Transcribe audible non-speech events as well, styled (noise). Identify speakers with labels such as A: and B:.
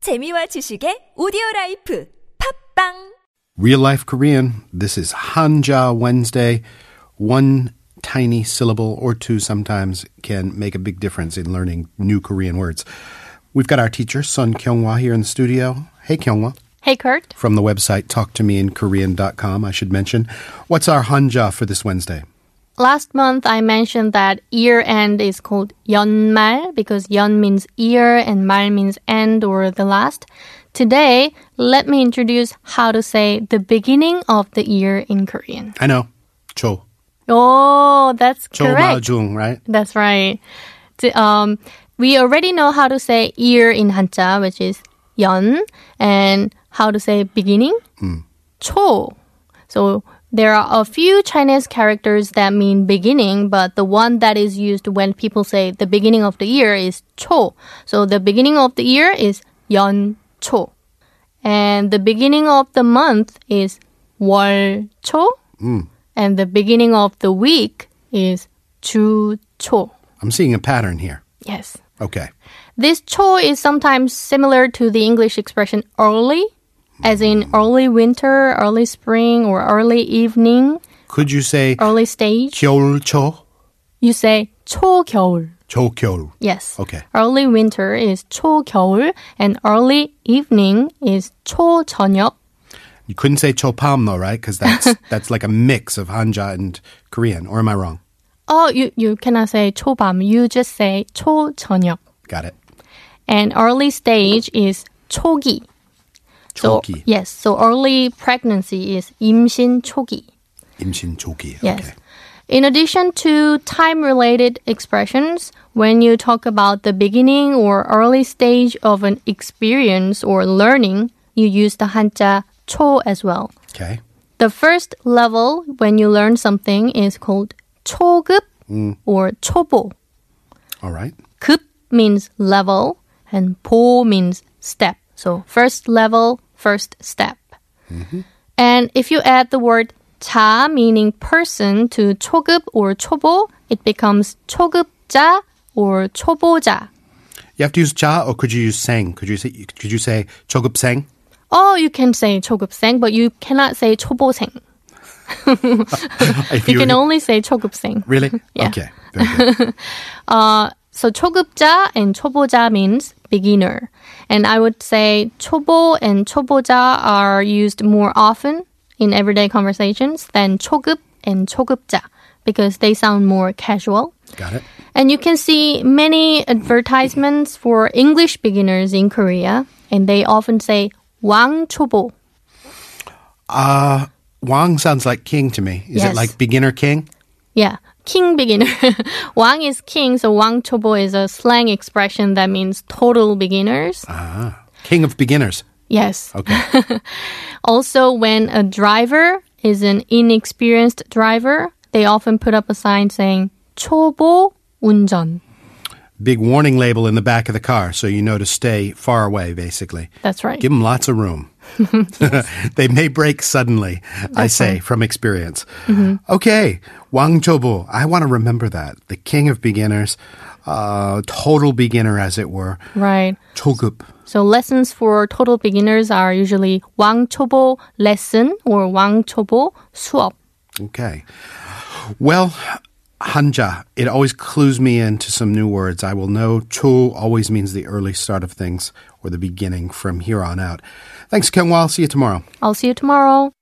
A: 재미와 지식의 오디오 라이프 팝빵
B: Real Life Korean. This is Hanja Wednesday. One tiny syllable or two sometimes can make a big difference in learning new Korean words. We've got our teacher, Sun Kyunghwa, here in the studio. Hey, Kyunghwa.
C: Hey, Kurt.
B: From the website talktomeinkorean.com, I should mention. What's our Hanja for this Wednesday?
C: Last month I mentioned that year end is called 연말 because 연 means year and 말 means end or the last. Today, let me introduce how to say the beginning of the year in Korean.
B: I know. Cho.
C: Oh, that's
B: Cho Ma
C: correct.
B: Jung, right?
C: That's right. T- Um, we already know how to say year in Hanja, which is 연, and how to say beginning, 초. So there are a few Chinese characters that mean beginning, but the one that is used when people say the beginning of the year is 초. So the beginning of the year is 연초, and the beginning of the month is 월초, and the beginning of the week is 주초.
B: I'm seeing a pattern here.
C: Yes.
B: Okay.
C: This cho is sometimes similar to the English expression early, as in early winter, early spring, or early evening,
B: Could you say
C: early stage.
B: Kyol Cho?
C: You say 초 겨울.
B: Cho Kyol.
C: Yes.
B: Okay.
C: Early winter is 초 겨울, and early evening is 초 저녁.
B: You couldn't say Chopam though, right? Because
C: (laughs)
B: that's that's like a mix of Hanja and Korean. Or am I wrong?
C: Oh, you, you cannot say 초밤. You just say 초 저녁.
B: Got it.
C: And early stage is 초기. So,
B: Choki.
C: yes. So early pregnancy is 임신 초기.
B: Imshin choki.
C: Yes.
B: Okay.
C: In addition to time related expressions, when you talk about the beginning or early stage of an experience or learning, you use the hanja cho as well.
B: Okay.
C: The first level when you learn something is called 초급 or 초보.
B: All right.
C: 급 means level and po means step. So first level, first step. Mm-hmm. And if you add the word 자 meaning person to 초급 or 초보, it becomes 초급자 or 초보자.
B: You have to use cha or could you use sang? Could you say could you say chogup
C: (laughs)
B: sang?
C: Or Oh, you can say 초급생, but you cannot say 초보생.
B: If
C: You can only say 초급생.
B: Really?
C: (laughs) Yeah.
B: Okay.
C: (laughs)
B: Very good.
C: Uh, So 초급자 and 초보자 means beginner. And I would say 초보 and 초보자 are used more often in everyday conversations than 초급 and 초급자 because they sound more casual.
B: Got it.
C: And you can see many advertisements for English beginners in Korea and they often say 왕 초보.
B: Uh Wang sounds like king to me. Is it
C: Yes.
B: like beginner king?
C: Yeah, king beginner. (laughs) 왕 is king, so 왕 초보 is a slang expression that means total beginners.
B: King of beginners.
C: Yes.
B: Okay.
C: (laughs) Also, when a driver is an inexperienced driver, they often put up a sign saying 초보 운전.
B: Big warning label in the back of the car so you know to stay far away basically.
C: That's right.
B: Give them lots of room. (laughs) they may break suddenly, I say from experience. Okay, Wang Chobo. I want to remember that. The king of beginners, uh, total beginner, as it were.
C: right.
B: Chogup.
C: So lessons for total beginners are usually 왕 초보 lesson or 왕 초보 수업.
B: Okay. Well, Hanja, it always clues me into some new words. I will know Cho always means the early start of things or the beginning from here on out. Thanks, Ken I'll See you tomorrow.
C: I'll see you tomorrow.